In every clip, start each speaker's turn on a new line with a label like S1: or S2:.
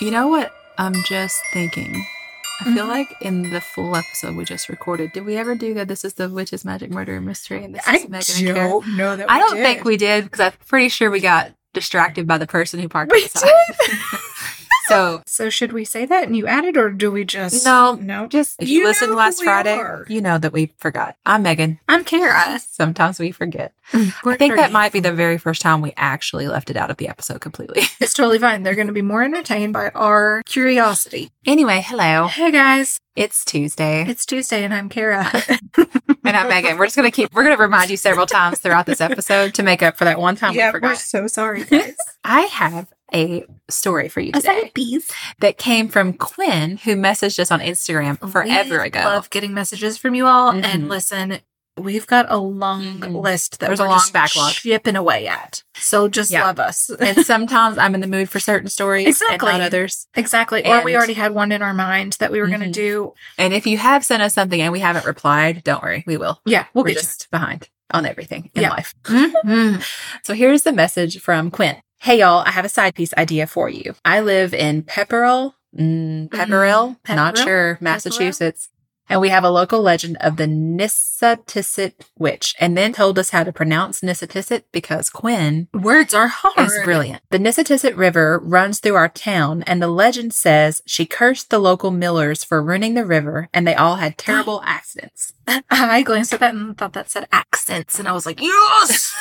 S1: You know what? I'm just thinking. I feel like in the full episode we just recorded, did we ever do that? This is the witch's magic murder mystery, and this
S2: I
S1: is Megan and Karen.
S2: don't know that.
S1: I
S2: we
S1: don't
S2: did.
S1: think we did because I'm pretty sure we got distracted by the person who parked
S2: We
S1: outside.
S2: did.
S1: so
S2: so should we say that and you add it, or do we just
S1: No.
S2: no?
S1: just if
S2: You
S1: you,
S2: know
S1: listened
S2: who
S1: last
S2: we
S1: Friday,
S2: are.
S1: you know that we forgot. I'm Megan.
S2: I'm Kara.
S1: Sometimes we forget.
S2: We're
S1: I think that
S2: dirty.
S1: might be the very first time we actually left it out of the episode completely.
S2: It's totally fine. They're going to be more entertained by our curiosity.
S1: anyway, hello.
S2: Hey guys,
S1: It's Tuesday.
S2: it's Tuesday and I'm Kara.
S1: and I'm Megan. We're just gonna keep we're gonna remind you several times throughout this episode to make up for that one time
S2: yeah, we're
S1: we forgot.
S2: so sorry, guys.
S1: I have a story for you
S2: Is that a
S1: today
S2: bees?
S1: that came from Quinn, who messaged us on Instagram forever
S2: We
S1: ago.
S2: Love getting messages from you all, and
S1: Mhm.
S2: listen, we've got a long
S1: Mhm.
S2: list that
S1: There's a
S2: we're
S1: long
S2: just
S1: backlog.
S2: shipping away at. So just
S1: Yeah.
S2: love us
S1: and sometimes I'm in the mood for certain stories
S2: Exactly.
S1: and not others.
S2: exactly. or we
S1: And-
S2: already had one in our mind that we were going to
S1: Mhm.
S2: do.
S1: And if you have sent us something and we haven't replied, don't worry, we will.
S2: Yeah, we'll
S1: We're
S2: get
S1: just behind on everything in
S2: Yeah.
S1: life.
S2: you. Mhm.
S1: So here's the message from Quinn. Hey y'all, I have a side piece idea for you. I live in Pepperell, mm, Pepperell,
S2: Mhm.
S1: not
S2: Pepperell?
S1: sure, Massachusetts. And we have a local legend of the Nissitissit witch, and then told us how to pronounce Nissitissit because Quinn
S2: Words are hard.
S1: is brilliant. The Nissitissit River runs through our town, and the legend says she cursed the local millers for ruining the river, and they all had terrible accidents.
S2: I glanced at that and thought that said accents, and I was like, yes.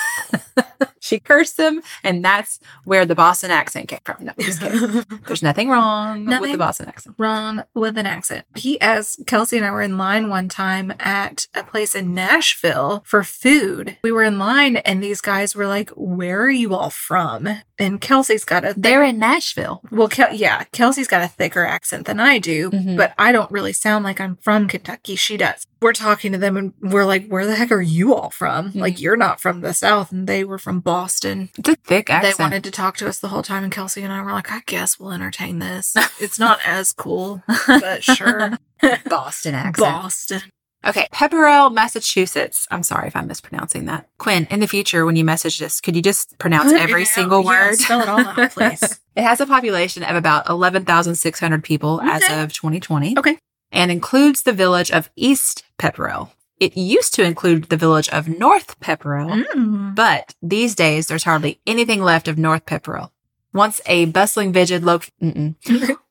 S1: She cursed them, and that's where the Boston accent came from. No, I'm just kidding. There's nothing wrong with
S2: Nothing.
S1: the Boston accent.
S2: wrong with an accent. He asked Kelsey and I were in line one time at a place in Nashville for food. We were in line and these guys were like, Where are you all from? And Kelsey's got a
S1: They're in Nashville.
S2: well, Kel- yeah, Kelsey's got a thicker accent than I do,
S1: Mhm.
S2: but I don't really sound like I'm from Kentucky. She does. We're talking to them and we're like, Where the heck are you all from?
S1: Mm-hmm.
S2: Like, you're not from the South. And they were from Boston.
S1: It's a thick accent.
S2: They wanted to talk to us the whole time, and Kelsey and I were like, I guess we'll entertain this. It's not as cool, but sure.
S1: Boston accent.
S2: Boston.
S1: Okay, Pepperell, Massachusetts. I'm sorry if I'm mispronouncing that. Quinn, in the future, when you message us, could you just pronounce
S2: Put it
S1: every
S2: out.
S1: single
S2: Yeah,
S1: word?
S2: spell it all out, please.
S1: It has a population of about 11,600 people as
S2: Okay.
S1: of 2020.
S2: Okay.
S1: And includes the village of East Pepperell. It used to include the village of North Pepperell,
S2: Mm.
S1: but these days there's hardly anything left of North Pepperell. Once a bustling village lo- mm-mm.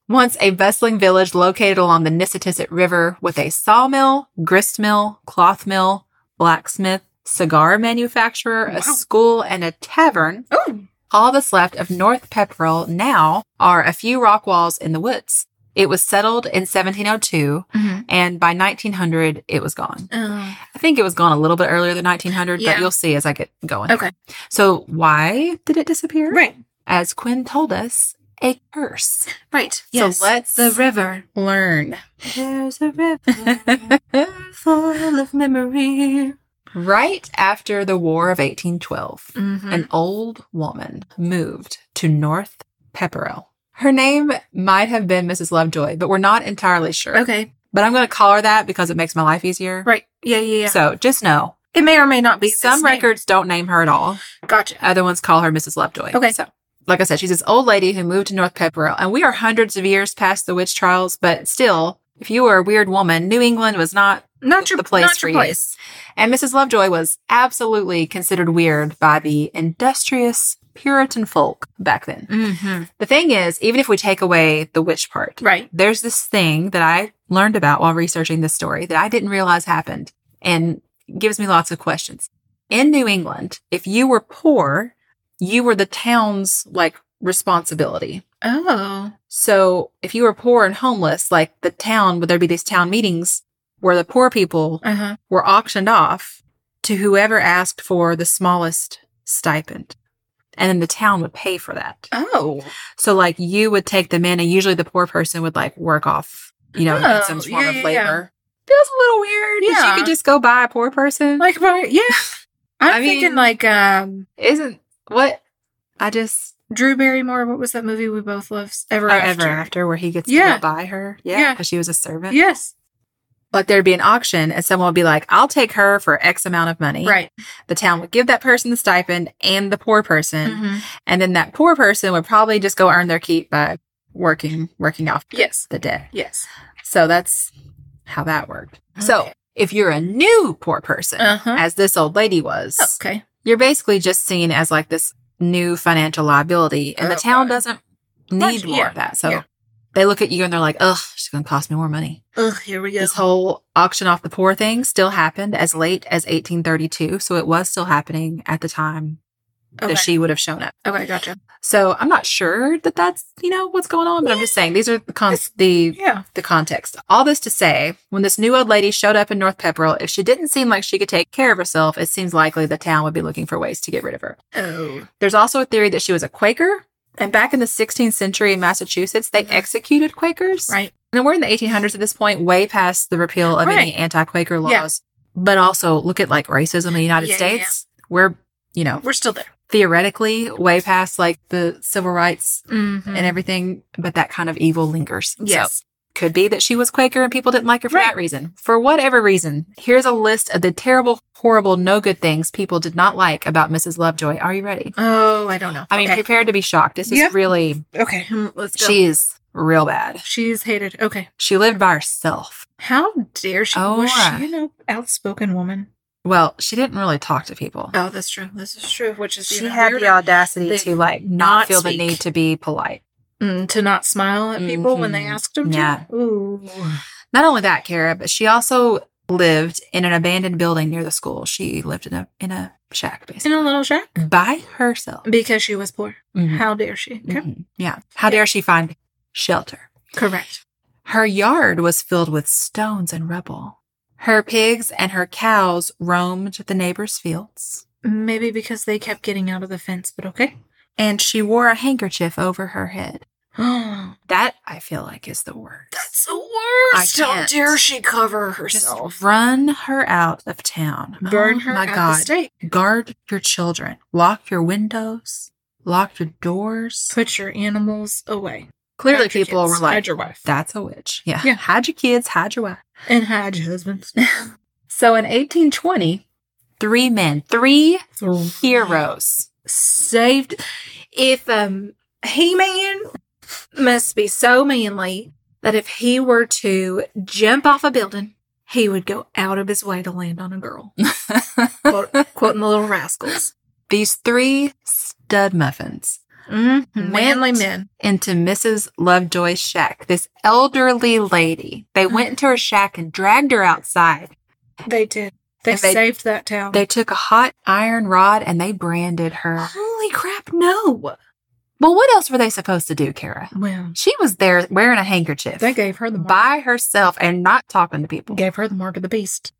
S1: Once a bustling village located along the Nissitissit River with a sawmill, grist mill, cloth mill, blacksmith, cigar manufacturer,
S2: Wow.
S1: a school, and a tavern,
S2: Oh,
S1: all that's left of North Pepperell now are a few rock walls in the woods. It was settled in 1702, and by 1900, it was gone.
S2: Oh.
S1: I think it was gone a little bit earlier than 1900,
S2: Yeah.
S1: but you'll see as I get going.
S2: Okay.
S1: So, why did it disappear?
S2: right,
S1: As Quinn told us, a curse.
S2: right.
S1: So, let's
S2: the river.
S1: learn. There's a river full of memory. Right after the War of 1812
S2: Mhm.
S1: an old woman moved to North Pepperell. Her name might have been Mrs. Lovejoy, but we're not entirely sure.
S2: okay,
S1: But I'm going to call her that because it makes my life easier.
S2: right. Yeah, yeah, yeah.
S1: So just know
S2: it may or may not be this
S1: some
S2: name.
S1: records don't name her at all.
S2: Gotcha.
S1: Other ones call her Mrs. Lovejoy.
S2: Okay.
S1: So, like I said, she's this old lady who moved to North Pepperell, and we are hundreds of years past the witch trials, but still, if you were a weird woman, New England was not,
S2: Not your
S1: the place
S2: not
S1: for
S2: your
S1: you.
S2: place.
S1: and Mrs. Lovejoy was absolutely considered weird by the industrious Puritan folk back then.
S2: Mm-hmm.
S1: The thing is, even if we take away the witch part,
S2: Right.
S1: there's this thing that I learned about while researching this story that I didn't realize happened and gives me lots of questions. In New England, if you were poor, you were the town's like responsibility.
S2: Oh,
S1: So if you were poor and homeless, like the town, would there be these town meetings where the poor people
S2: uh huh.
S1: were auctioned off to whoever asked for the smallest stipend? And then the town would pay for that.
S2: Oh,
S1: So like you would take them in, and usually the poor person would like work off, you know,
S2: Oh,
S1: in some form
S2: yeah,
S1: of
S2: yeah,
S1: labor.
S2: yeah.
S1: Feels a little weird. Yeah,
S2: Yeah.
S1: you could just go buy a poor person.
S2: like
S1: Like,
S2: my yeah. I'm
S1: I
S2: thinking
S1: mean-
S2: like um
S1: isn't what I just
S2: Drew Barrymore. What was that movie we both love? Ever
S1: or
S2: after.
S1: Oh, ever after where he gets
S2: Yeah.
S1: to go buy her? Yeah,
S2: Yeah.
S1: because she was a servant.
S2: Yes.
S1: Like there'd be an auction, and someone would be like, "I'll take her for X amount of money."
S2: Right.
S1: The town would give that person the stipend and the poor person,
S2: Mhm.
S1: and then that poor person would probably just go earn their keep by working working off
S2: Yes.
S1: the debt.
S2: Yes.
S1: So that's how that worked. So
S2: Okay.
S1: if you're a new poor person,
S2: Uh-huh. Oh.
S1: as this old lady was,
S2: Okay.
S1: you're basically just seen as like this new financial liability, and the
S2: Oh,
S1: town
S2: God.
S1: doesn't
S2: Much-
S1: need more
S2: yeah,
S1: of that. So
S2: yeah.
S1: they look at you and they're like, "Ugh, she's going to cost me more money."
S2: Ugh, here we go.
S1: This whole auction off the poor thing still happened as late as 1832, so it was still happening at the time
S2: okay.
S1: that she would have shown up.
S2: okay, gotcha.
S1: So I'm not sure that that's you know what's going on, but I'm just saying these are the cons- the
S2: Yeah.
S1: the context. All this to say, when this new old lady showed up in North Pepperell, if she didn't seem like she could take care of herself, it seems likely the town would be looking for ways to get rid of her.
S2: Oh.
S1: There's also a theory that she was a Quaker. And back in the 16th century in Massachusetts, they
S2: Mhm.
S1: executed Quakers.
S2: Right.
S1: And we're in the 1800s at this point, way past the repeal of any
S2: Right.
S1: anti Quaker laws.
S2: Yeah.
S1: But also look at like racism in the United
S2: Yeah, yeah, yeah.
S1: States. We're, you know,
S2: We're still there.
S1: theoretically way past like the civil rights
S2: Mm-hmm.
S1: and everything, but that kind of evil lingers. So
S2: yes.
S1: could be that she was Quaker and people didn't like her for
S2: Right.
S1: that reason. For whatever reason, here's a list of the terrible, horrible, no good things people did not like about Mrs. Lovejoy. Are you ready?
S2: Oh, I don't know.
S1: I mean,
S2: okay.
S1: prepared to be shocked. This
S2: Yeah.
S1: is really,
S2: okay. mm, Let's go.
S1: she is real bad.
S2: She's hated. Okay.
S1: She lived by herself.
S2: How dare she?
S1: Oh,
S2: was
S1: uh,
S2: she an outspoken woman?
S1: Well, she didn't really talk to people.
S2: Oh, that's true. This is true. Which is
S1: She
S2: even
S1: had the
S2: weirder.
S1: audacity
S2: They-
S1: to like
S2: Oh. not
S1: not feel
S2: speak.
S1: the need to be polite.
S2: Mm, to not smile at people when they
S1: Mhm.
S2: asked them
S1: Yeah.
S2: to. Ooh.
S1: Not only that, Kara, but she also lived in an abandoned building near the school. She lived in a in a shack
S2: In
S1: basically
S2: a little shack
S1: by herself.
S2: because she was poor.
S1: Mhm.
S2: How dare she? Okay.
S1: Mhm. Yeah. How dare she find shelter?
S2: Correct.
S1: Her yard was filled with stones and rubble. Her pigs and her cows roamed the neighbors' fields,
S2: Maybe because they kept getting out of the fence, but okay.
S1: and she wore a handkerchief over her head.
S2: Oh,
S1: That I feel like is the worst.
S2: that's the worst.
S1: I
S2: How
S1: can't.
S2: dare she cover
S1: Just
S2: herself?
S1: run her out of town.
S2: Burn
S1: Oh
S2: her
S1: My
S2: at
S1: God.
S2: the stake.
S1: Guard your children. Lock your windows. Lock your doors.
S2: Put your animals away.
S1: Clearly,
S2: Hide your
S1: people
S2: kids.
S1: were like,
S2: hide your wife
S1: "That's a witch." Yeah.
S2: Yeah.
S1: Hide your kids. Hide your wife.
S2: and hide your husband.
S1: So in 1820, three men, three heroes.
S2: saved. If um He Man must be so manly that if he were to jump off a building, he would go out of his way to land on a girl. Quote, quoting the little rascals.
S1: These three stud muffins
S2: Mm-hmm. Manly men.
S1: into Mrs. Lovejoy's shack. This elderly lady. They went into her shack and dragged her outside.
S2: They did. They,
S1: And they-
S2: saved that town.
S1: They took a hot iron rod and they branded her.
S2: Holy crap, no.
S1: Well, what else were they supposed to do, Kara?
S2: Well,
S1: She was there wearing a handkerchief
S2: they gave her the mark.
S1: by herself and not talking to people.
S2: Gave her the mark of the beast.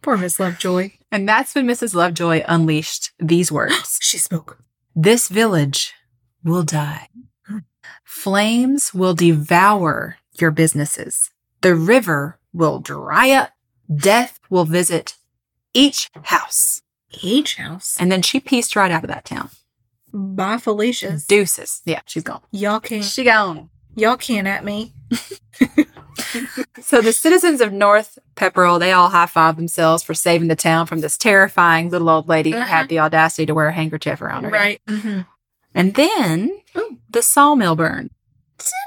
S2: Poor Miss Lovejoy.
S1: And that's when Mrs. Lovejoy unleashed these words
S2: She spoke.
S1: This village will die. Flames will devour your businesses. The river will dry up. Death will visit each house.
S2: Each house.
S1: And then she pieced right out of that town.
S2: By Felicia's.
S1: Deuces. Yeah, she's gone.
S2: Y'all can't.
S1: She gone.
S2: Y'all can't at me.
S1: So the citizens of North Pepperell, they all high five themselves for saving the town from this terrifying little old lady who had the audacity to wear a handkerchief around her.
S2: Right. Mm-hmm.
S1: And then
S2: Ooh.
S1: the sawmill burned.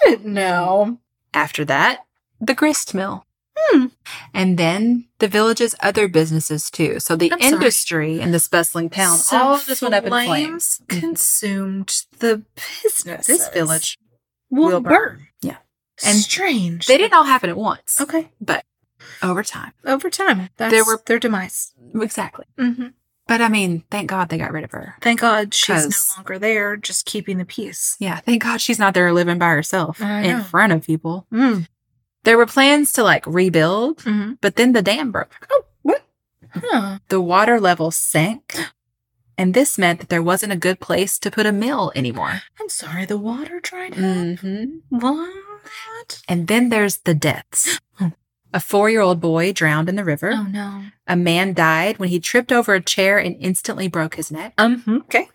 S2: Didn't know.
S1: After that, the grist mill.
S2: Hmm.
S1: And then the village's other businesses too. So the
S2: I'm sorry.
S1: industry in this bustling town,
S2: So
S1: all of this went up in flames.
S2: flames Consumed the business.
S1: This village.
S2: will,
S1: will
S2: burn.
S1: burn. Yeah.
S2: And
S1: And
S2: strange.
S1: They didn't all happen at once,
S2: Okay.
S1: but over time.
S2: Over time, that's
S1: There were-
S2: their demise.
S1: Exactly.
S2: Mm-hmm.
S1: But I mean, thank God they got rid of her.
S2: Thank God she's no
S1: 'Cause-
S2: longer there, just keeping the peace.
S1: Yeah, thank God she's not there living by herself
S2: I
S1: in
S2: know.
S1: front of people.
S2: Mm.
S1: There were plans to like rebuild,
S2: Mm-hmm.
S1: but then the dam broke.
S2: Oh, what? Huh.
S1: The water level sank, and this meant that there wasn't a good place to put a mill anymore.
S2: I'm sorry. The water dried up.
S1: Mm-hmm.
S2: What?
S1: And then there's the deaths. A four year old boy drowned in the river.
S2: Oh no.
S1: A man died when he tripped over a chair and instantly broke his neck.
S2: Um. Okay.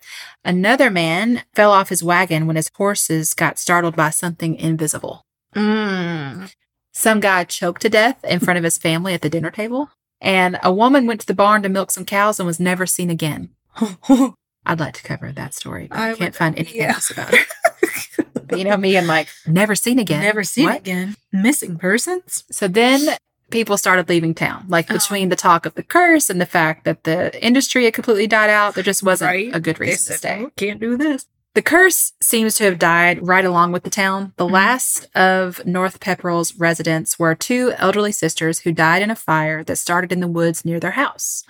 S1: Another man fell off his wagon when his horses got startled by something invisible.
S2: Mm.
S1: Some guy choked to death in front of his family at the dinner table. And a woman went to the barn to milk some cows and was never seen again. I'd like to cover that story, but
S2: I
S1: I, can't
S2: would-
S1: find anything
S2: yeah.
S1: else about her. But you know me and like never seen again.
S2: Never seen
S1: What?
S2: again. Missing persons?
S1: So then people started leaving town. Like
S2: Oh.
S1: between the talk of the curse and the fact that the industry had completely died out, there just wasn't
S2: Right.
S1: a good
S2: They
S1: reason to
S2: said,
S1: stay.
S2: "Oh, Can't do this.
S1: The curse seems to have died right along with the town. The
S2: Mhm.
S1: last of North Pepperell's residents were two elderly sisters who died in a fire that started in the woods near their house.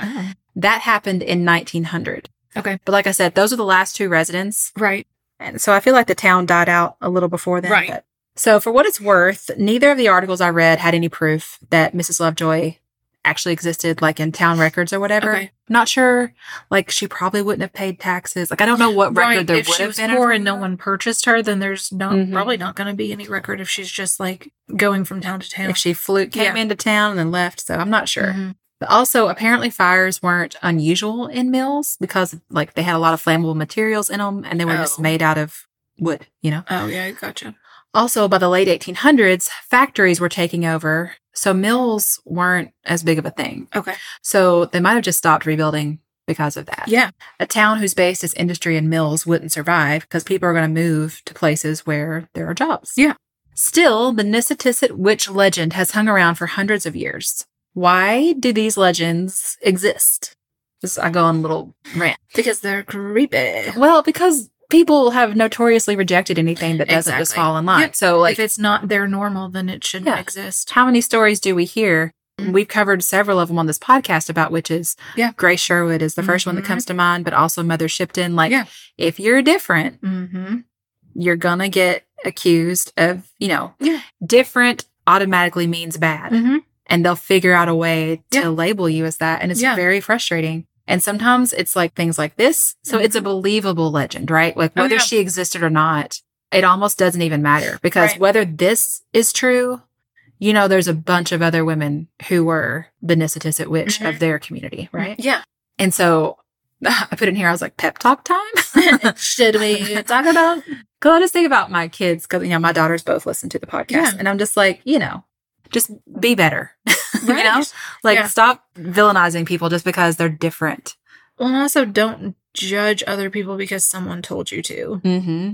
S1: That happened in 1900.
S2: Okay.
S1: But like I said, those are the last two residents.
S2: Right.
S1: And so I feel like the town died out a little before then.
S2: Right.
S1: but- So for what it's worth, neither of the articles I read had any proof that Mrs. Lovejoy actually existed, like in town records or whatever.
S2: Okay.
S1: Not sure. Like she probably wouldn't have paid taxes. Like I don't know what record there
S2: if
S1: would
S2: she
S1: have
S2: was
S1: been.
S2: poor and no one purchased her, then there's not
S1: Mhm.
S2: probably not going to be any record if she's just like going from town to town.
S1: If she flew came
S2: Yeah.
S1: into town and then left, so I'm not sure.
S2: Mhm.
S1: But also, apparently, fires weren't unusual in mills because like they had a lot of flammable materials in them, and they were just
S2: Oh.
S1: made out of wood. You know.
S2: Oh yeah, gotcha.
S1: Also, by the late 1800s, factories were taking over, so mills weren't as big of a thing.
S2: Okay.
S1: So they might have just stopped rebuilding because of that.
S2: Yeah.
S1: A town whose based its industry in mills wouldn't survive because people are going to move to places where there are jobs.
S2: Yeah.
S1: Still, the Nissitissit witch legend has hung around for hundreds of years. Why do these legends exist? This, I go on a little rant.
S2: Because they're creepy.
S1: Well, because people have notoriously rejected anything that doesn't just
S2: Exactly.
S1: fall in line.
S2: Yep.
S1: So, like,
S2: if it's not their normal, then it shouldn't
S1: Yeah.
S2: exist.
S1: how many stories do we hear?
S2: Mhm.
S1: We've covered several of them on this podcast about witches.
S2: Yeah.
S1: Grace Sherwood is the first one that
S2: Mhm.
S1: comes to mind, but also Mother Shipton. Like,
S2: Yeah.
S1: if you're different,
S2: Mm-hmm.
S1: you're going to get accused of, you know,
S2: Yeah.
S1: different automatically means bad.
S2: Mm-hmm.
S1: And they'll figure out a way to
S2: Yeah.
S1: label you as that. And it's
S2: Yeah.
S1: very frustrating. And sometimes it's like things like this. So
S2: Mhm.
S1: it's a believable legend, right? Like
S2: Oh,
S1: whether
S2: yeah.
S1: she existed or not, it almost doesn't even matter because
S2: Right.
S1: whether this is true, you know, there's a bunch of other women who were the Nissitissit witch
S2: Mm-hmm.
S1: of their community, right?
S2: Yeah.
S1: And so I put in here, I was like, pep talk time.
S2: Should we talk about?
S1: Cause I just think about my kids because you know my daughters both listen to the podcast,
S2: Yeah.
S1: and I'm just like, you know, just be better.
S2: Right.
S1: you know, like
S2: Yeah.
S1: stop villainizing people just because they're different.
S2: Well, and also don't judge other people because someone told you to.
S1: Mm-hmm.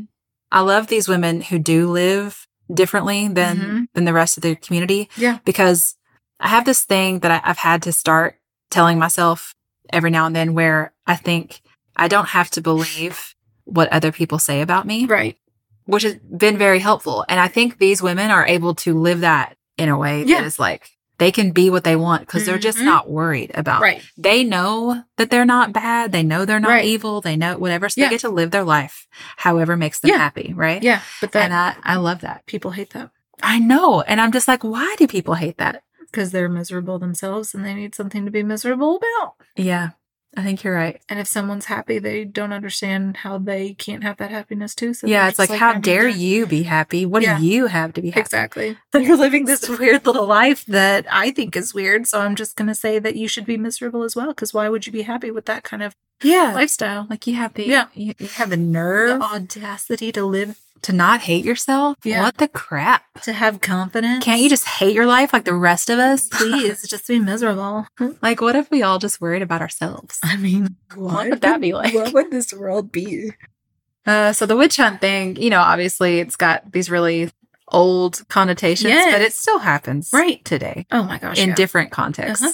S1: I love these women who do live differently than
S2: Mhm.
S1: than the rest of the community.
S2: Yeah.
S1: because I have this thing that I, I've had to start telling myself every now and then, where I think I don't have to believe what other people say about me.
S2: Right.
S1: which has been very helpful. And I think these women are able to live that in a way
S2: Yeah.
S1: that is like they can be what they want because they're just
S2: Mhm.
S1: not worried about.
S2: Right.
S1: They know that they're not bad. They know they're not
S2: Right.
S1: evil. They know whatever. So
S2: Yeah.
S1: they get to live their life however makes them
S2: Yeah.
S1: happy. Right.
S2: Yeah. But that
S1: and I, I love that.
S2: people hate that
S1: I know. And I'm just like, why do people hate that?
S2: because they're miserable themselves and they need something to be miserable about.
S1: Yeah. I think you're right.
S2: And if someone's happy, they don't understand how they can't have that happiness too. So
S1: yeah.
S2: they're
S1: It's
S2: just
S1: like, how
S2: I'm
S1: dare
S2: just-
S1: you be happy? What
S2: Yeah.
S1: do you have to be happy?
S2: Exactly.
S1: You're living
S2: This weird little life that I think is weird. So I'm just going to say that you should be miserable as well. Because why would you be happy with that kind of
S1: Yeah.
S2: lifestyle?
S1: Like you have the
S2: Yeah.
S1: you, you have the nerve
S2: The audacity to live,
S1: to not hate yourself?
S2: Yeah.
S1: What the crap?
S2: to have confidence.
S1: Can't you just hate your life like the rest of us?
S2: please just be miserable?
S1: like, what if we all just worried about ourselves?
S2: I mean,
S1: What would that be like?
S2: would this world be?
S1: Uh, so the witch hunt thing, you know, obviously it's got these really old connotations, but it
S2: Yes.
S1: still happens
S2: Right.
S1: today
S2: Oh my gosh.
S1: in
S2: yeah.
S1: different contexts.
S2: Uh-huh.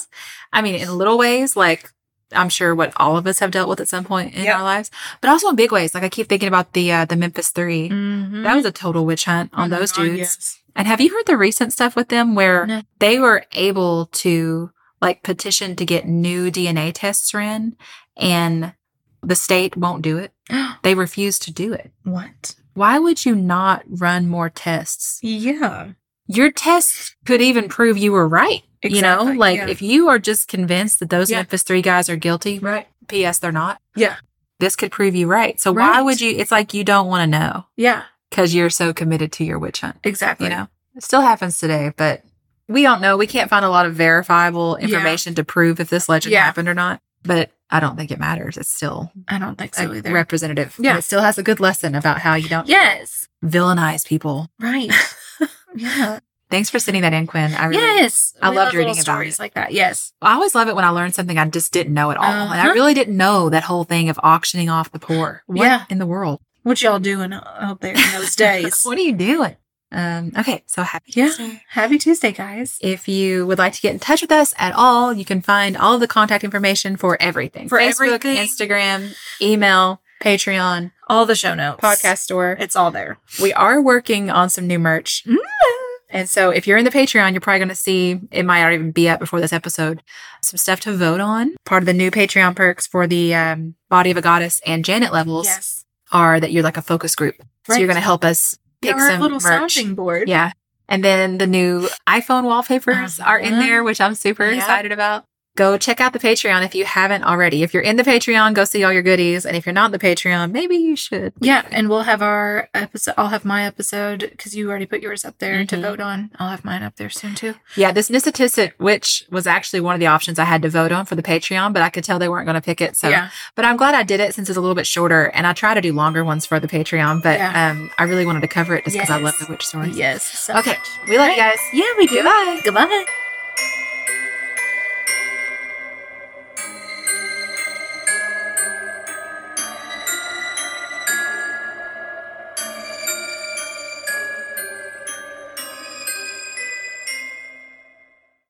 S1: I mean, in little ways, like I'm sure what all of us have dealt with at some point in
S2: Yep.
S1: our lives, but also in big ways. Like I keep thinking about the uh, the Memphis 3
S2: Mhm.
S1: That was a total witch hunt
S2: Oh
S1: on
S2: my
S1: those
S2: God,
S1: dudes.
S2: yes.
S1: And have you heard the recent stuff with them where
S2: No.
S1: they were able to like petition to get new DNA tests in and the state won't do it? They refuse to do it.
S2: what?
S1: Why would you not run more tests?
S2: Yeah.
S1: Your tests could even prove you were right. You know,
S2: Exactly,
S1: like
S2: yeah.
S1: if you are just convinced that those
S2: Yeah.
S1: Memphis 3 guys are guilty,
S2: Right.
S1: P.S., they're not.
S2: Yeah.
S1: This could prove you right. So why
S2: Right.
S1: would you? It's like you don't want to know
S2: Yeah.
S1: because you're so committed to your witch hunt.
S2: Exactly.
S1: you know it still happens today but we don't know we can't find a lot of verifiable
S2: Yeah.
S1: information to prove if this legend
S2: Yeah.
S1: happened or not but i don't think it matters it's still
S2: I don't think so
S1: a
S2: either.
S1: representative
S2: Yeah.
S1: And it still has a good lesson about how you don't
S2: yes.
S1: villainize people
S2: Right. yeah.
S1: thanks for sending that in quinn i really
S2: Yes.
S1: I
S2: We
S1: loved
S2: love
S1: reading
S2: little
S1: about
S2: stories
S1: it.
S2: like that. Yes.
S1: i always love it when i learn something i just didn't know at all and i
S2: Uh-huh.
S1: really didn't know that whole thing of auctioning off the poor what
S2: Yeah.
S1: in the world
S2: What y'all doing out there in those days?
S1: what are you doing? Um, okay, so happy
S2: Yeah.
S1: Tuesday.
S2: Happy Tuesday, guys.
S1: If you would like to get in touch with us at all, you can find all of the contact information for everything.
S2: For
S1: Facebook,
S2: everything.
S1: Instagram, email, Patreon,
S2: All the show notes.
S1: podcast store.
S2: It's all there.
S1: We are working on some new merch.
S2: Mm.
S1: And so if you're in the Patreon, you're probably going to see, it might not even be up before this episode, some stuff to vote on. Part of the new Patreon perks for the um, Body of a Goddess and Janet levels
S2: Yes.
S1: are that you're like a focus group. So you're
S2: Right.
S1: going to help us pick
S2: Our
S1: some
S2: little
S1: merch.
S2: sounding board.
S1: Yeah. And then the new iPhone wallpapers are in
S2: Uh-huh.
S1: there, which I'm super
S2: Yep.
S1: excited about. Go check out the Patreon if you haven't already. If you're in the Patreon, go see all your goodies. And if you're not the Patreon, maybe you should.
S2: Yeah, and we'll have our episode. I'll have my episode because you already put yours up there to
S1: Mhm.
S2: vote on. I'll have mine up there soon too.
S1: Yeah, this Nissitissit, which was actually one of the options I had to vote on for the Patreon, but I could tell they weren't going to pick it. So,
S2: yeah,
S1: but I'm glad I did it since it's a little bit shorter and I try to do longer ones for the Patreon, but
S2: Yeah.
S1: um, I really wanted to cover it just because I love
S2: Yes.
S1: the witch stories.
S2: yes. so
S1: Okay.
S2: much.
S1: We love
S2: Right.
S1: you guys. Yeah, we do. Bye.
S2: Goodbye.